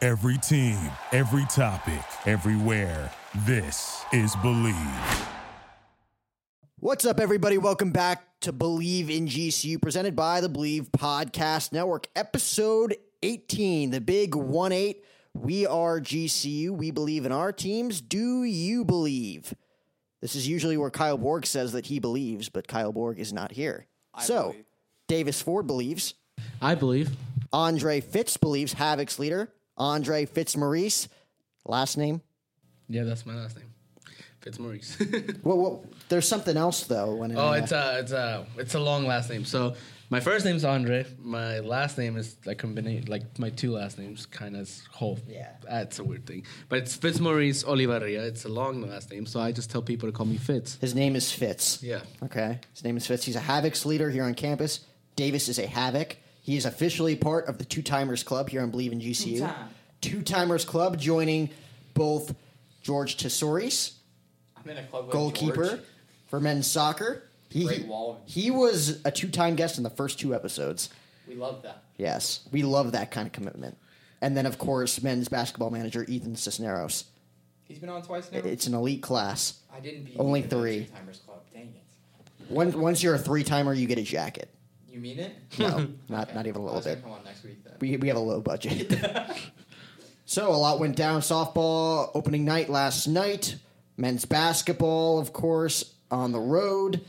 Every team, every topic, everywhere. This is Believe. What's up, everybody? Welcome back to Believe in GCU, presented by the Believe Podcast Network, episode 18, the big 1 8. We are GCU. We believe in our teams. Do you believe? This is usually where Kyle Borg says that he believes, but Kyle Borg is not here. so, Davis Ford believes. I believe. Andre Fitz believes, Havoc's leader. Andre Fitzmaurice, last name. Yeah, that's my last name. Fitzmaurice. Well, well, there's something else, though. When oh, it's a, it's a, it's a long last name. So my first name's Andre. My last name is like combination, like my two last names, kind of whole. Yeah. that's a weird thing. But it's Fitzmaurice Olivaria. It's a long last name, so I just tell people to call me Fitz. His name is Fitz. Yeah. Okay. His name is Fitz. He's a Havocs leader here on campus. Davis is a Havoc. He is officially part of the Two Timers Club here on Believe in GCU. Two Timers Club joining both George Tesouris, I'm in a club with goalkeeper George. for men's soccer. He, Great Wall. he was a two time guest in the first two episodes. We love that. Yes. We love that kind of commitment. And then, of course, men's basketball manager Ethan Cisneros. He's been on twice now. It's an elite class. I didn't beat only you in the three. Timers Club. Dang it. Once, once you're a three timer, you get a jacket. You mean it? No, not, Okay. not even a I little was gonna bit. Come on next week then. we, we have a low budget. so a lot went down. Softball opening night last night. Men's basketball, of course, on the road.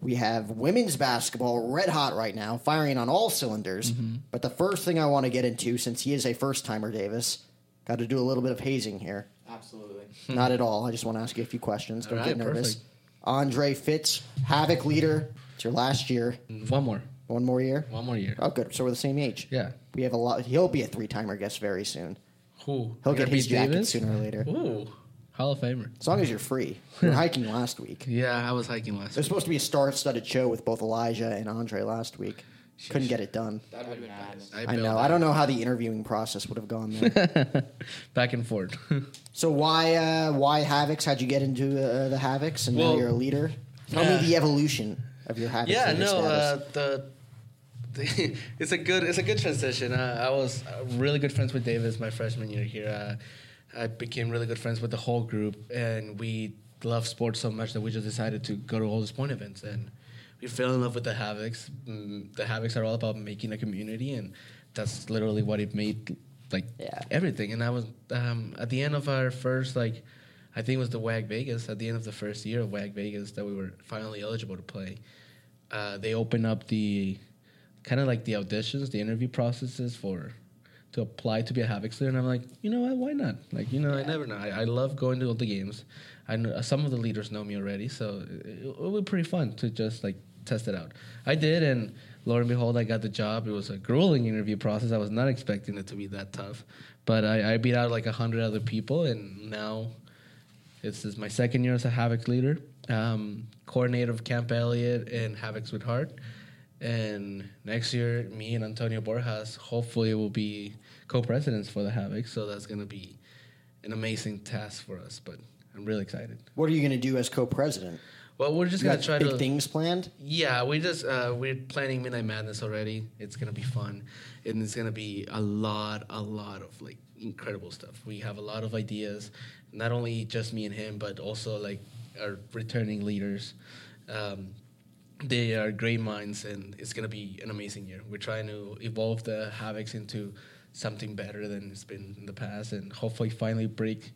We have women's basketball red hot right now, firing on all cylinders. Mm-hmm. But the first thing I want to get into, since he is a first timer, Davis, got to do a little bit of hazing here. Absolutely. Not at all. I just want to ask you a few questions. Don't Hmm. All get right, nervous. perfect. Andre Fitz, Havoc leader. It's your last year. One more, One more year. one more year. Oh, good. So we're the same age. Yeah. We have a lot. He'll be a three timer guest very soon. Who? He'll I get gotta his beat jacket Davis? sooner or later. Ooh, Hall of Famer. As long as you're free. You're hiking last week. Yeah, I was hiking last. There's week. supposed to be a star studded show with both Elijah and Andre last week. Couldn't get it done. That would have been nice. I bailed know. I don't know how the interviewing process would have gone there. out. Back and forth. so why uh, why Havocs? How'd you get into uh, the Havocs? And now Well, you're a leader. Tell uh, me the evolution of your Havocs. yeah leader no status. uh, the, the it's a good it's a good transition uh, i was uh, really good friends with davis my freshman year here uh, i became really good friends with the whole group and we love sports so much that we just decided to go to all these point events and we fell in love with the havocs mm, the havocs are all about making a community and that's literally what it made like Yeah. everything and i was um, at the end of our first like i think it was the wag vegas at the end of the first year of wag vegas that we were finally eligible to play uh, they open up the kind of like the auditions, the interview processes for to apply to be a Havoc Slayer, and I'm like, you know what? Why not? Like, you know, I never know. I, I love going to all the games. I know some of the leaders know me already, so it, it, would be pretty fun to just like test it out. I did, and lo and behold, I got the job. It was a grueling interview process. I was not expecting it to be that tough, but I, I beat out like a hundred other people, and now this is my second year as a Havoc leader, um, coordinator of Camp Elliott and Havocs with Heart. And next year, me and Antonio Borjas hopefully will be co-presidents for the Havoc. So that's going to be an amazing task for us. But I'm really excited. what are you going to do as co-president? Well, we're just You going got to try big to things planned. yeah, we just uh, we're planning Midnight Madness already. It's gonna be fun, and it's gonna be a lot, a lot of like incredible stuff. We have a lot of ideas, not only just me and him, but also like our returning leaders. Um, they are great minds, and it's gonna be an amazing year. We're trying to evolve the Havocs into something better than it's been in the past, and hopefully, finally break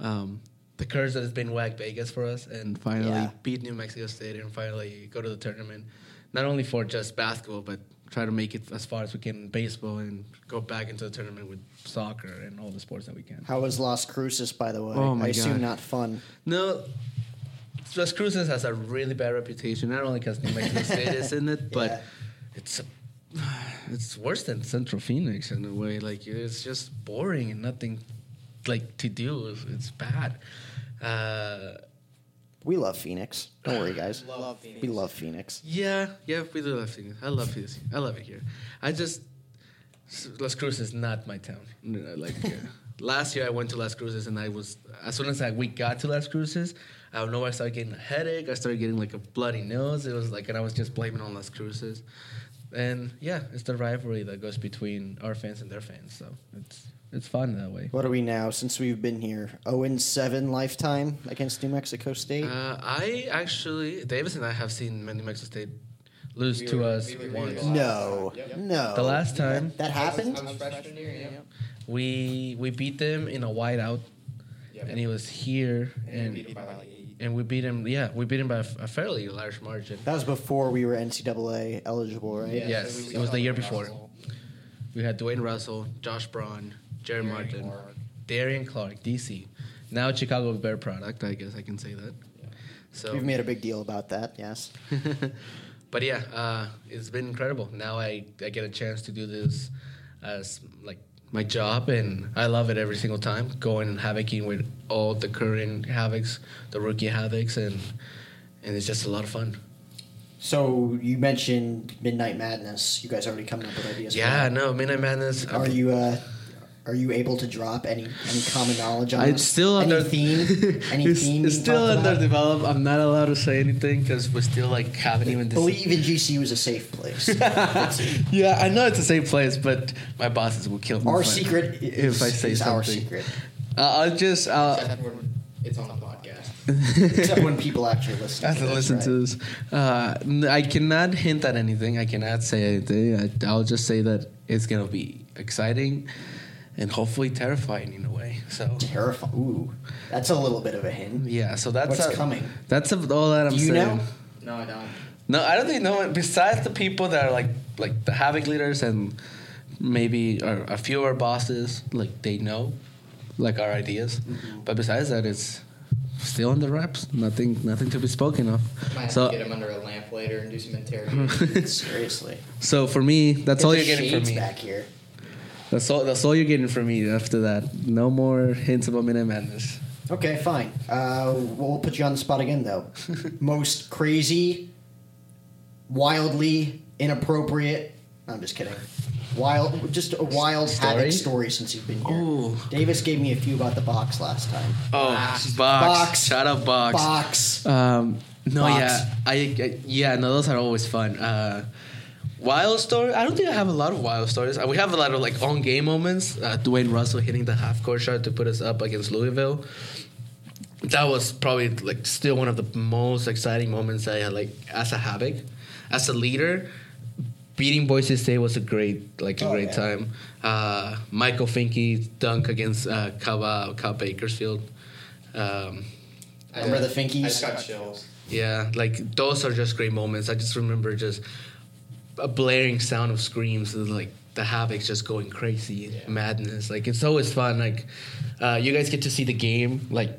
um, the curse that has been Wag Vegas for us, and finally Yeah. beat New Mexico State, and finally go to the tournament. Not only for just basketball, but try to make it as far as we can in baseball, and go back into the tournament with soccer and all the sports that we can. How was Las Cruces, by the way? Oh, my I assume God. not fun. No, Las Cruces has a really bad reputation, not only because New Mexico State is in it, but Yeah. it's a, it's worse than Central Phoenix in a way. Like it's just boring and nothing like to do. It's, it's bad. Uh, We love Phoenix. Don't worry, guys. Love Phoenix. We love Phoenix. Yeah, yeah, we do love Phoenix. I love Phoenix. I love it here. I just Las Cruces is not my town. No, Like uh, last year, I went to Las Cruces, and I was as soon as I we got to Las Cruces, I don't know. I started getting a headache. I started getting like a bloody nose. It was like, and I was just blaming on Las Cruces. And yeah, it's the rivalry that goes between our fans and their fans. So it's It's fun that way. What are we now since we've been here? 0 and 7 lifetime against New Mexico State. Uh, I actually, Davis and I have seen New Mexico State lose to were- us we were- we were once. lost. no, no. The last time that happened. I was freshman year. Yeah. we we beat them in a whiteout, Yep. and he was here, And and beat him by like eight. and we beat him. Yeah, we beat him by a, f- a fairly large margin. That was before we were NCAA eligible, right? Yeah. yes, so we it was saw the year Russell. before. We had Dwayne Russell, Josh Braun, Jared Darian Martin, Clark. Darian Clark, DC. Now Chicago Bear product, I guess I can say that. So We've made a big deal about that, yes. but yeah, uh, it's been incredible. Now I, I get a chance to do this as like my job, and I love it every single time. Going and havocing with all the current havocs, the rookie havocs, and and it's just a lot of fun. So you mentioned Midnight Madness. You guys already coming up with ideas. for Yeah, that. no, Midnight Madness. Are you uh, are you able to drop any any common knowledge on? I'm that? still any under theme. Any it's, theme. It's you still talked about? underdeveloped. I'm not allowed to say anything because we still like haven't even. Believe in GCU is a safe place. yeah, I know it's the same place, but my bosses will kill me. our if I- secret is, if I say is something. our secret. Uh, I'll just. Uh, Except when it's on a podcast. Except when people actually listen. I have to this, listen right? to this. Uh, n- I cannot hint at anything. I cannot say anything. I, I'll just say that it's gonna be exciting and hopefully terrifying in a way. So Terrifying. Ooh, that's a little bit of a hint. yeah, so that's What's a- coming? That's a, all that I'm Do you saying. know? No, I don't. No, I don't think no one besides the people that are like like the havoc leaders and maybe or a few of our bosses like they know like our ideas. But besides that, it's still on the wraps. Nothing, nothing to be spoken of. Might have So to get him under a lamp later and do some interrogation. Seriously, So for me, that's Get all the you're getting shades from me. Back here. That's all. That's all you're getting from me after that. No more hints about Minute Madness. Okay, fine. Uh, we'll put you on the spot again, though. Most crazy, wildly inappropriate. I'm just kidding. Wild, just a wild Story? havoc story since you've been here. Ooh. Davis gave me a few about the box last time. Oh, box. Box. Shout out, box. Box. Um, no, Box. yeah, I, I- yeah, no, those are always fun. Uh, wild story. I don't think I have a lot of wild stories. Uh, We have a lot of like on game moments. Uh, Dwayne Russell hitting the half court shot to put us up against Louisville. That was probably like still one of the most exciting moments I had like as a havoc, as a leader. Beating Boise State was a great like a Oh, great yeah. time. Uh, Michael Finke dunk against uh, Cal, Cal Bakersfield. Um, Remember the Finkies? I just got chills. yeah, like those are just great moments. I just remember just a blaring sound of screams, and, like the havocs just going crazy, madness. Like it's always fun. Like uh, you guys get to see the game, like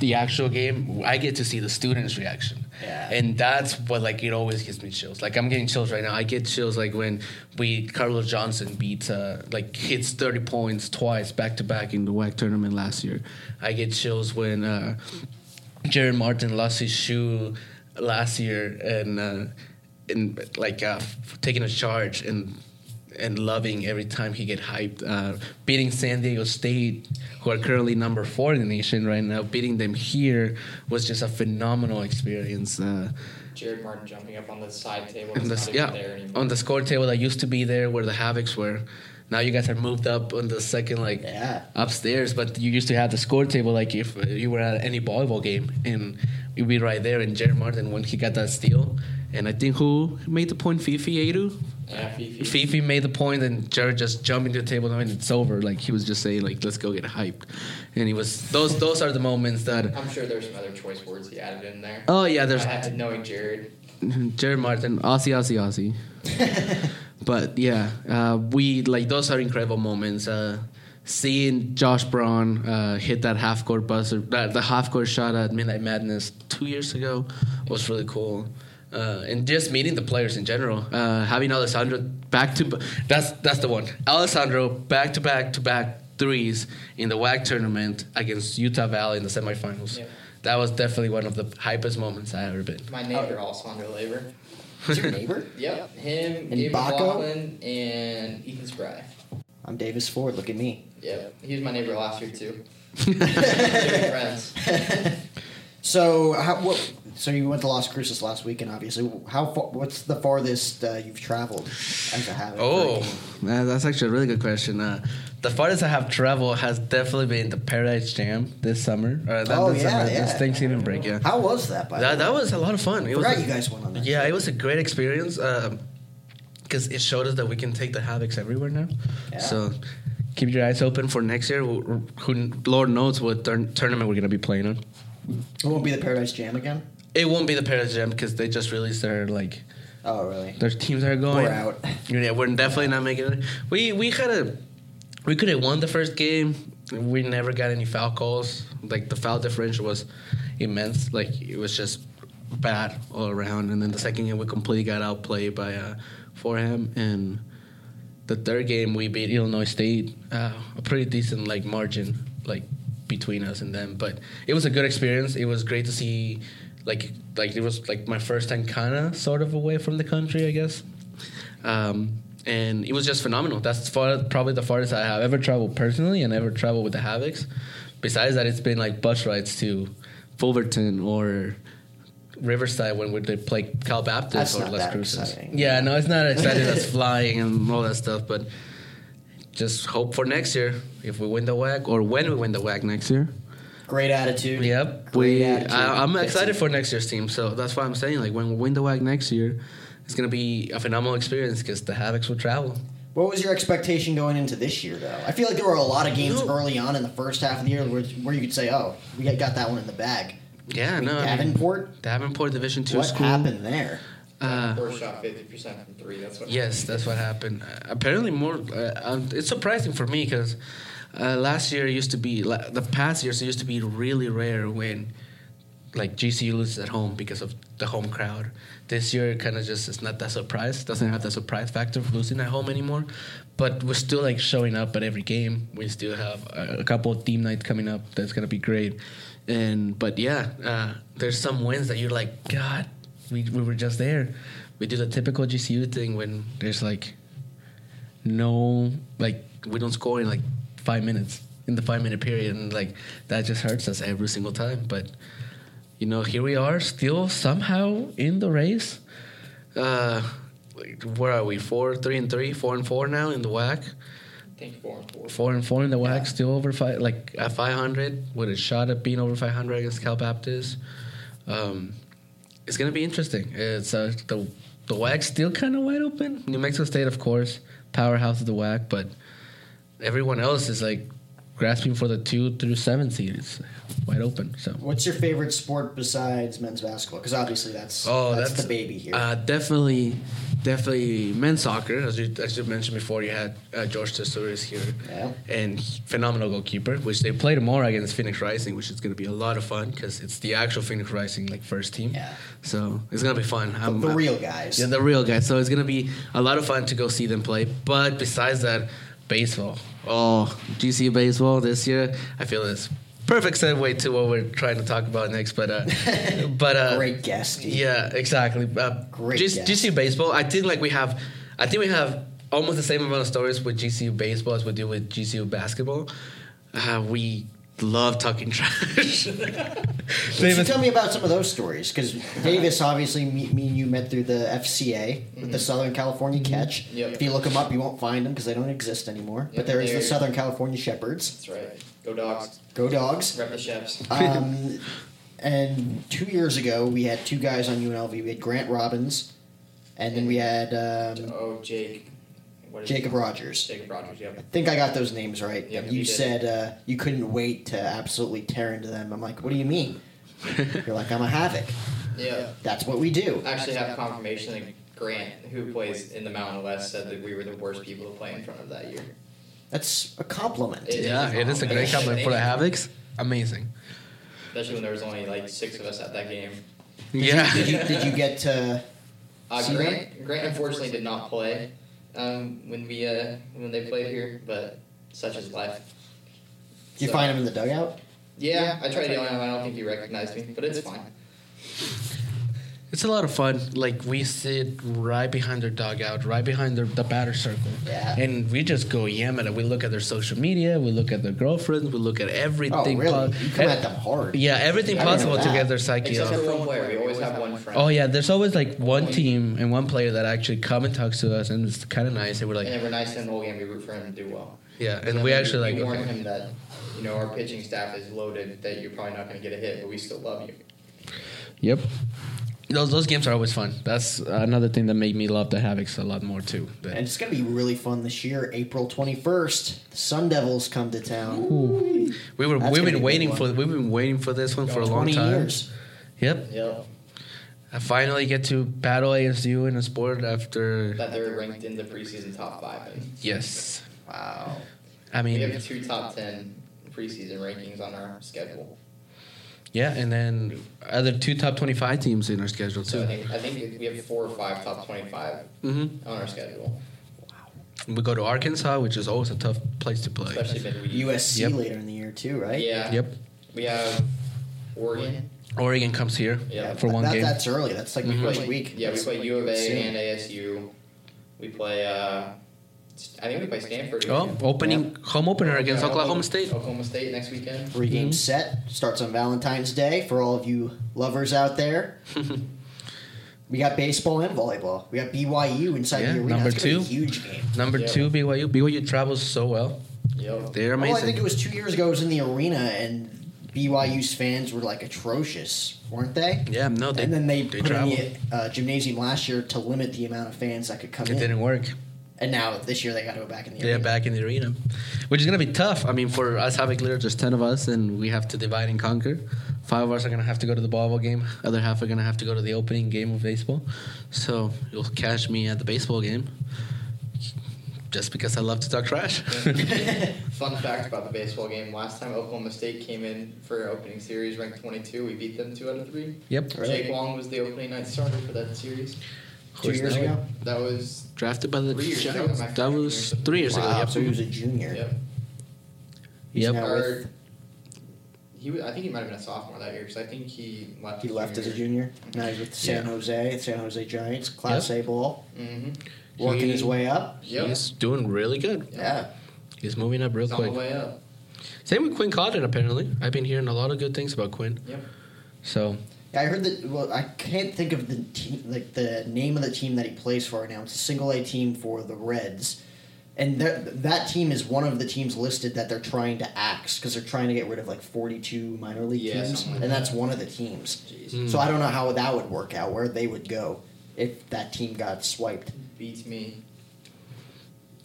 the actual game. I get to see the students' reaction, Yeah. and that's what like it always gives me chills. Like I'm getting chills right now. I get chills like when we Carlos Johnson beats uh, like hits 30 points twice back to back in the WAC tournament last year. I get chills when. Uh, Jared Martin lost his shoe last year and uh, and like uh, f- taking a charge and and loving every time he get hyped, uh, beating San Diego State, who are currently number four in the nation right now, beating them here was just a phenomenal experience. Uh, Jared Martin jumping up on the side table. on It's the, not even yeah, there anymore. on the score table that used to be there where the Havocs were. Now you guys are moved up on the second like Yeah. upstairs, but you used to have the score table like if you were at any volleyball game and you'd be right there. And Jared Martin when he got that steal, and I think who made the point, Fifi Adu. yeah, Fifi. Fifi made the point, and Jared just jumping to the table and it's over. Like he was just saying, like let's go get hyped, and he was those those are the moments that. I'm sure there's some other choice words he added in there. Oh yeah, I there's had to knowing Jared. Jared Martin, Ah, Aussie, Aussie, Aussie. but yeah, uh, we like those are incredible moments. Uh, seeing Josh Braun uh, hit that half court buzzer, that, the half court shot at Midnight Madness two years ago was really cool. Uh, and just meeting the players in general, uh, having Alessandro back to that's that's the one. Alessandro back to back to back threes in the WAC tournament against Utah Valley in the semifinals. Yeah. That was definitely one of the hypest moments I ever been. My neighbor also under labor. It's your neighbor. Yep. Him, And Gabe Baco? McLaughlin, and Ethan Spry. I'm Davis Ford. Look at me. Yep. He was my neighbor last year too. Good friends. So how? What, so you went to Las Cruces last weekend, obviously. How? Far, what's the farthest uh, you've traveled as a havoc? for a Oh, game? man, that's actually a really good question. Uh, the farthest I have traveled has definitely been the Paradise Jam this summer. Or not Oh, this yeah, summer, yeah. this Thanksgiving break, yeah. How was that? By That, the way? that was a lot of fun. It was Forgot a- you guys went on that. Yeah, it was a great experience because it showed us that we can take the Havocs everywhere now. So keep your eyes open for next year. Who- Who Lord knows what turn tournament we're gonna be playing on. It won't be the Paradise Jam again. It won't be the Paris Jam because they just released their like Oh, really? their teams are going. We're out. Yeah, we're definitely not making it. We we had a we could have won the first game. We never got any foul calls. Like the foul differential was immense. Like it was just bad all around. And then the second game we completely got outplayed by uh, Forham. And the third game we beat Illinois State uh, a pretty decent like margin like between us and them. But it was a good experience. It was great to see. Like like it was like my first time kind of sort of away from the country, I guess um, and it was just phenomenal. That's far, probably the farthest I have ever traveled personally and ever traveled with the Havocs. Besides that, it's been like bus rides to Fullerton or Riverside when we did play Cal Baptist That's or not Las that Cruces. exciting. Yeah, no, it's not exciting as flying and all that stuff, but just hope for next year if we win the WAC or when we win the WAC next year. Great attitude. Yep, we. I, I'm excited for next year's team, so that's why I'm saying like when we win the WAC next year, it's gonna be a phenomenal experience because the Havocs will travel. What was your expectation going into this year, though? I feel like there were a lot of games No. early on in the first half of the year where, where you could say, "Oh, we got- got that one in the bag." Yeah, no, I mean, Davenport, Davenport Division Two what school. happened there? Uh, First shot 50% from three. That's what Yes, that's what happened. Uh, apparently, more. Uh, um, it's surprising for me because uh, last year used to be la- the past years it used to be really rare when like GCU loses at home because of the home crowd. This year, kind of just it's not that surprise. Doesn't have that surprise factor of losing at home anymore. But we're still like showing up at every game. We still have a, a couple of team nights coming up. That's gonna be great. And but yeah, uh, there's some wins that you're like, God, we we were just there. We do the typical GCU thing when there's like no like we don't score in like five minutes in the five minute period and like that just hurts us every single time but you know here we are still somehow in the race uh like, where are we four three and three four and four now in the whack I think four and four. four and four in the whack still over five like at 500 with a shot at being over 500 against cal baptist um it's gonna be interesting it's uh, the the whack's still kind of wide open new mexico state of course powerhouse of the whack but everyone else is like grasping for the two through seven seed. It's wide open so What's your favorite sport besides men's basketball? Because obviously that's Oh, that's, that's, the baby here. Uh, definitely, definitely men's soccer. As you, as you mentioned before, you had uh, George Tesouris here, Yeah. and he- phenomenal goalkeeper. Which they play tomorrow against Phoenix Rising, which is going to be a lot of fun because it's the actual Phoenix Rising like first team. Yeah. So it's going to be fun. I'm- the real guys. yeah, the real guys. So it's gonna be a lot of fun to go see them play. But besides that, baseball. Oh, GC baseball this year. I feel it's perfect segue to what we're trying to talk about next. But uh, but uh, Great guest. Yeah, exactly. Uh, Great GC, guest. baseball. I think like we have. I think we have almost the same amount of stories with GCU baseball as we do with GCU basketball. Uh, we love talking trash. Can you tell me about some of those stories? Because Davis, obviously, me, me and you met through the FCA, with the Southern California Catch. Mm-hmm. Yep. If you look them up, you won't find them because they don't exist anymore. Yep, but there is the they're- Southern California Shepherds. That's right. Go dogs. Go dogs. Rep the chefs. Um, and two years ago, we had two guys on UNLV. We had Grant Robbins, and then we had um, Oh, Jake. What is Jacob it? Rogers. Jacob Rogers, yep. I think I got those names right. Yep, you you did. said uh, you couldn't wait to absolutely tear into them. I'm like, what do you mean? You're like, I'm a havoc. Yeah. That's what we do. I actually have confirmation that Grant, who plays in the Mountain West, said that we were the worst people to play in front of that year. That's a compliment. It- yeah, it is a great compliment for the Havocs. Amazing. Especially when there was only like six of us at that game. Yeah. did, you, did you get to? Uh, See, Grant, Grant unfortunately did not play um, when we uh, when they played here, but such is life. You So- find him in the dugout. Yeah, I tried yelling at him. I don't think he recognized me, but it's fine. It's a lot of fun. Like we sit right behind their dugout, right behind their, the batter circle, Yeah. and we just go yam at it. We look at their social media, we look at their girlfriends, we look at Oh, everything. Eh, uh, really? po- You come at them hard. Yeah, everything I didn't know possible to that. get their psyche Except off. for one player, we always have one friend. Oh yeah, there's always like one team and one player that actually come and talks to us, and it's kind of nice. And we're like, And if we're nice to him the whole game, we root for him to do well. Yeah, and we actually you like warn okay. him that you know our pitching staff is loaded, that you're probably not going to get a hit, but we still love you. Yep. Those those games are always fun. That's another thing that made me love the Havocs a lot more too. That- And it's going to be really fun this year. April 21st, the Sun Devils come to town. we were That's we've gonna be a been good waiting one. for we've been waiting for this one for a long 20 time. years. Yep. Yep. I finally get to battle ASU in a sport after That they're ranked in the preseason top five. yes. Wow. I We mean have two top ten preseason rankings on our schedule. yeah, and then other two top twenty five teams in our schedule So I too. think, I think we have four or five top twenty-five hmm on our schedule, We go to Arkansas, which is always a tough place to play. especially midweek. USC Yep. later in the year, too, right? Yeah. Yep. We have Oregon. Oregon comes here Yeah. for one that, game. That's early. That's like Mhm. the first Like, week. Mm-hmm. Yeah, we That's play like U of A soon. and ASU. We play. Uh, I think we play Stanford. Oh, again. opening home opener against Yeah, Oklahoma State. Oklahoma State next weekend. Three game Mhm. set starts on Valentine's Day for all of you lovers out there. we got baseball and volleyball. We got BYU inside Yeah, the arena. number It's gonna be a two. huge game. Number Yeah. two, BYU. BYU travels so well. Yep. They're Well, Oh, I amazing. think it was two years ago. I was in the arena and BYU's fans were like atrocious, weren't they? yeah, no, they and then they, they put in travel. the uh, gymnasium last year to limit the amount of fans that could come It in. didn't work. And now this year they got to go back in the They're arena. back in the arena, which is gonna be tough. I mean, for us Havoc leaders, there's ten of us, and we have to divide and conquer. Five of us are gonna have to go to the volleyball game. Other half are gonna have to go to the opening game of baseball. So you'll catch me at the baseball game, just because I love to talk trash. Fun fact about the baseball game: last time Oklahoma State came in for our opening series, ranked 22, we beat them two out of three. yep. Really? Jake Long was the opening night starter for that series. Two Who's years now ago. That was Drafted by the Three years ago, Giants. my That freshman was year. three years Wow, so ago. he was a junior. yep. He's Yep. now Yep. with- Or he was, I think he might have been a sophomore that year because I think he left. He left as a junior. Now he's with San Yeah. Jose, San Jose Giants, Class A ball, Mm-hmm. working He- his way up. Yep. He's doing really good. Yeah. He's moving up real He's on the quick. way up. Same with Quinn Cotton, apparently. I've been hearing a lot of good things about Quinn. Yep. So, I heard that. Well, I can't think of the team, like the name of the team that he plays for right now. It's a single A team for the Reds, and that that team is one of the teams listed that they're trying to axe because they're trying to get rid of like forty two minor league Yeah, teams, something like and that. Hmm. that's one of the teams. Jeez. So I don't know how that would work out, where they would go if that team got swiped. Hmm. Beats me.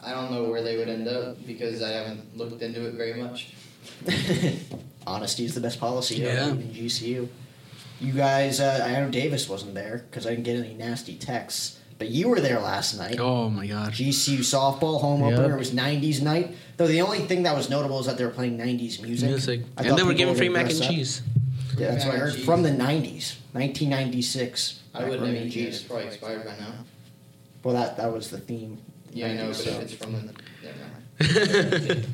I don't know where they would end up because I haven't looked into it very much. Honesty is the best policy Yeah. in GCU. You guys, uh, I know Davis wasn't there because I didn't get any nasty texts, but you were there last night. oh my gosh. GCU softball home Yep. opener. It was '90s night. Though the only thing that was notable is that they were playing '90s music. Music. I and thought they were people giving free gonna mac dress and up. cheese. Yeah, that's what I Mac and heard cheese. from the '90s, 1996. I wouldn't macaroni have and even It's cheese. probably expired by now. Well, that that was the theme. Yeah, I know, but So- if it's from the. Never mind.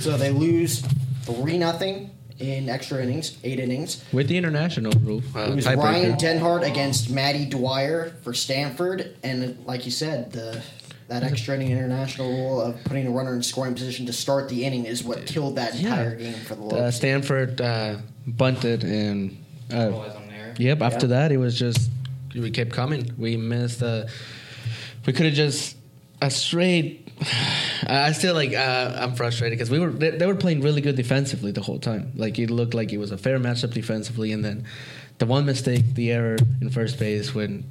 so they lose three nothing in extra innings, eight innings. with the international rule. Uh, It was tiebreaker. Ryan Denhart against Maddie Dwyer for Stanford, and like you said, the that extra inning international rule of putting a runner in scoring position to start the inning is what killed that Yeah. entire game for the Uh, Lobos. Stanford uh, bunted and. Uh, Realize I'm there. yep, after Yeah. that, it was just. We kept coming. We missed. Uh, we could have just. A straight. I still like. Uh, I'm frustrated because we were they, they were playing really good defensively the whole time. Like it looked like it was a fair matchup defensively, and then the one mistake, the error in first base when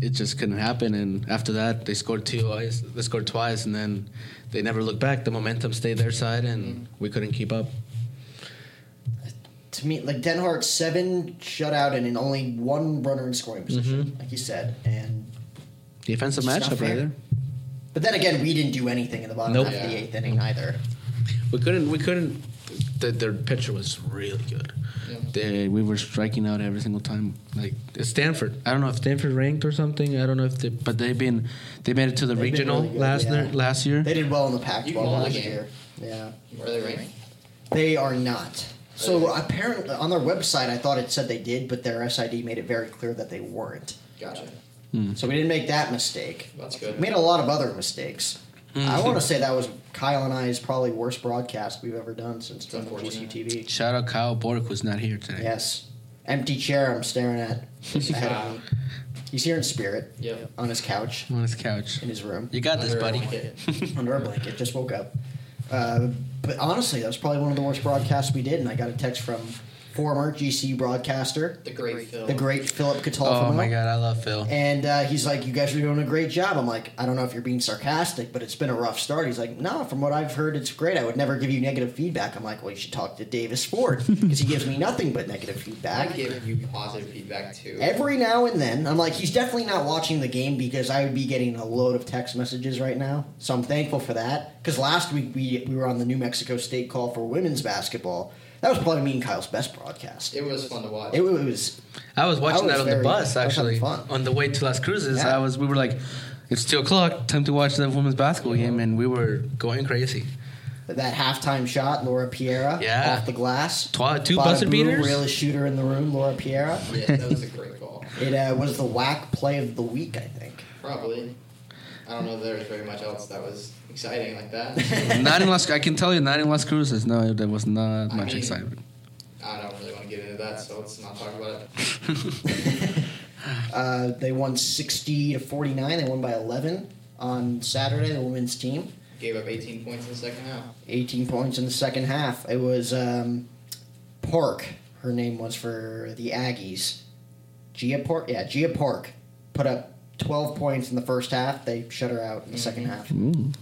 it just couldn't happen. And after that, they scored two. twice- They scored twice, and then they never looked back. The momentum stayed their side, Mm. and we couldn't keep up. to me, like Denhart seven shutout and in only one runner in scoring position, like you said, and Defensive It's not matchup fair. right there. but then again, we didn't do anything in the bottom Nope. half of the Yeah. eighth inning either. We couldn't. We couldn't. The, their pitcher was really good. Yeah. They, we were striking out every single time. Like Stanford. I don't know if Stanford ranked or something. I don't know if they. But they've been. They made it to the They've been regional really good, last yeah. year- last year. They did well in the Pac-12 You called the last game. year. Yeah. Where are they ranked? They are not. So apparently, on their website, I thought it said they did, but their SID made it very clear that they weren't. Gotcha. So we didn't make that mistake. That's good. We made a lot of other mistakes. I want to say that was Kyle and I's probably worst broadcast we've ever done since doing GCU unfortunate. TV. Shout out Kyle Bork who's not here today. Yes. Empty chair I'm staring at. ahead of me. He's here in spirit. Uh, Yep. On his couch I'm on his couch. in his room You got this, Under a buddy. blanket. under a blanket. Just woke up. Uh, but honestly, that was probably one of the worst broadcasts we did. And I got a text from former GC broadcaster, The great Phil. the great Philip Catalfamo. Oh my god, I love Phil. And uh, he's like, "You guys are doing a great job." I'm like, "I don't know if you're being sarcastic, but it's been a rough start." He's like, "No, from what I've heard, it's great. I would never give you negative feedback." I'm like, "Well, you should talk to Davis Ford because he gives me nothing but negative I feedback." give you positive feedback too. Every now and then, I'm like, "He's definitely not watching the game because I would be getting a load of text messages right now." So I'm thankful for that because last week we we were on the New Mexico State call for women's basketball. That was probably me and Kyle's best broadcast. It, it was fun to watch. it was I was watching was that on the very- bus that was having actually fun. on the way to Las Cruces. Yeah. I was we were like, it's two o'clock, time to watch the women's basketball Mm-hmm. game, and we were going crazy. that halftime shot, Laura Piera Yeah. off the glass. Twi- two Bada buzzer boom, beaters. Realest shooter in the room, Laura Piera. yeah, that was a great call. It uh, was the whack play of the week, I think. Probably. I don't know if there was very much else that was exciting like that. not in Las. I can tell you, not in Las Cruces. No, there was not I much mean- excitement. I don't really want to get into that, so let's not talk about it. Uh, they won 60 to 49. They won by 11 on Saturday, the women's team. Gave up 18 points in the second half. 18 points in the second half. It was um, Park, her name was for the Aggies. Gia Park, yeah, Gia Park put up 12 points in the first half. They shut her out in the second half Mm.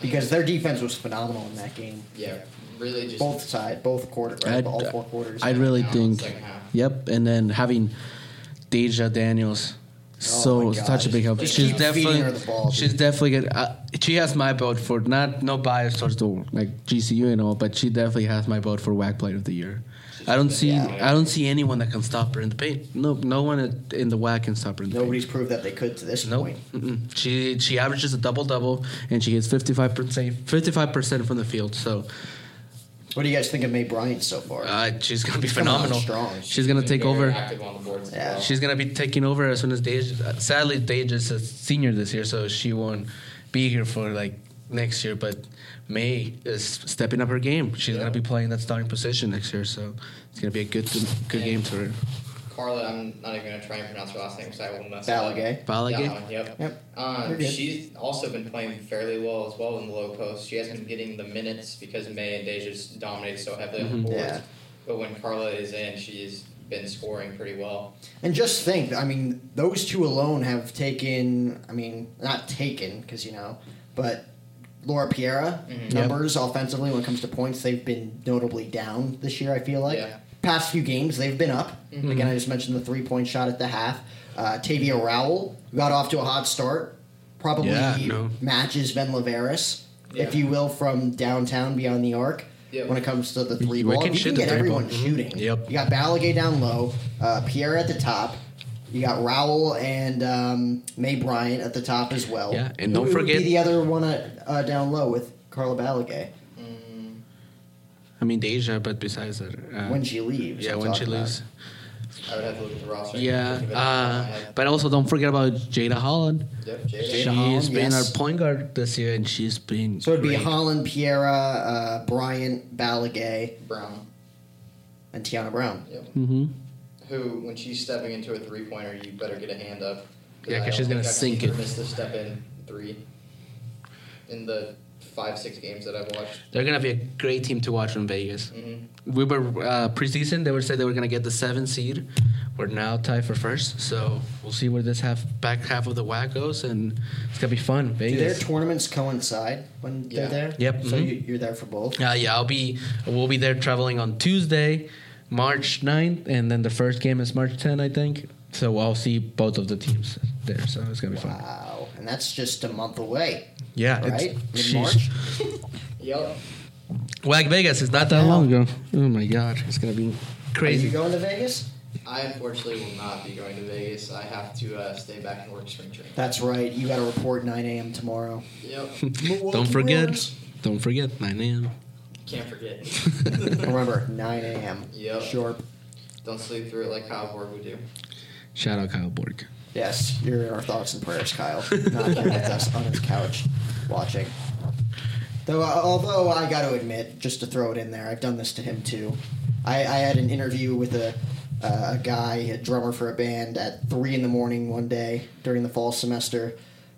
because their defense was phenomenal in that game. Yeah, really just Both side, both quarter, right? I'd- all four quarters. I really down in the think. second half. Yep, and then having Deja Daniels, so Oh my God. such a big help. Just She's keep feeding definitely, her the ball, she's definitely. Good. Uh, she has my vote for not no bias towards the like GCU and all, but she definitely has my vote for WAC Player of the Year. I don't see Yeah. I don't see anyone that can stop her in the paint. No, no one at- in the WAC can stop her in the Nobody's proved that they could to this paint. point. Nope. Mm-mm. She she averages a double double and she gets fifty five percent fifty five percent from the field. So What do you guys think of May Bryant so far? uh, she's gonna be Coming on phenomenal. strong. She's gonna take very over. Active on the boards as Yeah, well. She's gonna be taking over as soon as Deja. Sadly, Deja's a senior this year, so she won't be here for like next year. But May is stepping up her game. She's Yeah. gonna be playing that starting position next year, so it's gonna be a good good game to her. Carla, I'm not even gonna try and pronounce her last name because I will mess Balagay. it up. Balagay? That one, Yep. Yep. You're Um, good. she's also been playing fairly well as well in the low post. She has been getting the minutes because May and Deja just dominate so heavily Mm-hmm. on the boards. Yeah. But when Carla is in, she's been scoring pretty well. And just think, I mean, those two alone have taken, I mean, not taken, because, you know, but Laura Piera, Mm-hmm. numbers offensively when it comes to points, they've been notably down this year, I feel like. Yeah. Mm-hmm. Past few games, they've been up. Again, I just mentioned the three point shot at the half. Uh, Tavia Rowell got off to a hot start, probably Yeah, no. matches Ben Laveris, if Yeah. you will, from downtown beyond the arc. Yeah. When it comes to the three You ball, can if you shoot can the get three ball. everyone Mhm. shooting. Yep. You got Balagay down low, uh, Pierre at the top. You got Rowell and um, May Bryant at the top as well. Yeah, and Who don't would forget- be the other one uh, uh, down low with Carla Balagay I mean Deja, but besides that, uh, when she leaves. yeah, I'm when she talking about. leaves, I would have to look at the roster. yeah. Think of it off the top of my Uh, head. but also don't forget about Jada Holland. Yep, Jada. She's Jada Holland, been yes. our point guard this year, and she's been So it'd be great. Holland, Piera, uh, Bryant, Balagay, Brown. and Tiana Brown. Yep. Mhm. Who, when she's stepping into a three pointer, you better get a hand up. Yeah, 'cause I don't she's gonna think I've seen sink her it. Miss the step in three. In the five six games that I've watched. They're gonna be a great team to watch in Vegas. Mhm. We were uh, preseason; they were said they were gonna get the seven seed. We're now tied for first, so we'll see where this half back half of the whack goes, and it's gonna be fun. Do their Vegas. tournaments coincide when Yeah. they're there? Yep, So mhm. you, you're there for both. Uh, yeah, I'll be. We'll be there traveling on Tuesday, March 9th, and then the first game is March 10th, I think. So I'll see both of the teams there. So it's gonna be fun. Wow. And that's just a month away, Yeah, right? it's In March? sheesh. Yep. Whack Vegas is not that Yeah. long ago. Oh my god, it's gonna be Are you crazy. going to Vegas? I unfortunately will not be going to Vegas. I have to uh, stay back and work spring training. That's right. You got to report 9 a.m. tomorrow. Yep. Don't forget. Don't forget 9 a.m. Can't forget. Remember, 9 a.m. Yep. Sure. Don't sleep through it like Kyle Borg would do. Shout out Kyle Borg. Yes, you're in our thoughts and prayers, Kyle. Not here with us on his couch watching. Though, uh, although I got to admit, just to throw it in there, I've done this to him too. I, I had an interview with a uh, a guy, a drummer for a band, at three in the morning one day during the fall semester.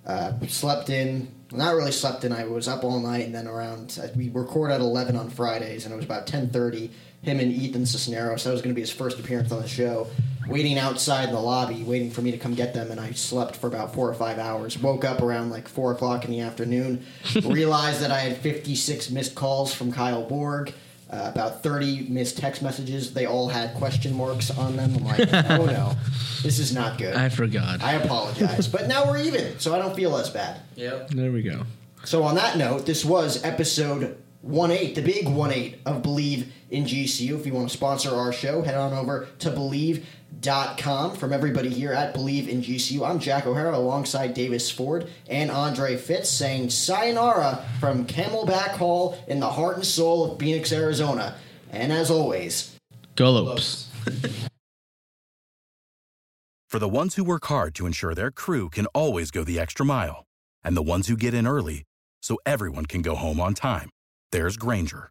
Uh, slept in, not really slept in. I was up all night, and then around uh, we record at eleven on Fridays, and it was about ten thirty. Him and Ethan Cisneros. That was going to be his first appearance on the show. Waiting outside in the lobby, waiting for me to come get them, and I slept for about four or five hours. Woke up around like four o'clock in the afternoon, realized that I had fifty-six missed calls from Kyle Borg. Uh, about 30 missed text messages. They all had question marks on them. I'm like, oh no, this is not good. I forgot. I apologize. But now we're even, so I don't feel as bad. Yep. there we go. So on that note, this was episode 1-8, the big 1-8 of Believe in GCU. If you want to sponsor our show, head on over to believe.com. From everybody here at Believe in GCU, I'm Jack O'Hara alongside Davis Ford and Andre Fitz saying sayonara from Camelback Hall in the heart and soul of Phoenix, Arizona. And as always, Go Close. Lopes. For the ones who work hard to ensure their crew can always go the extra mile, and the ones who get in early so everyone can go home on time, there's Granger,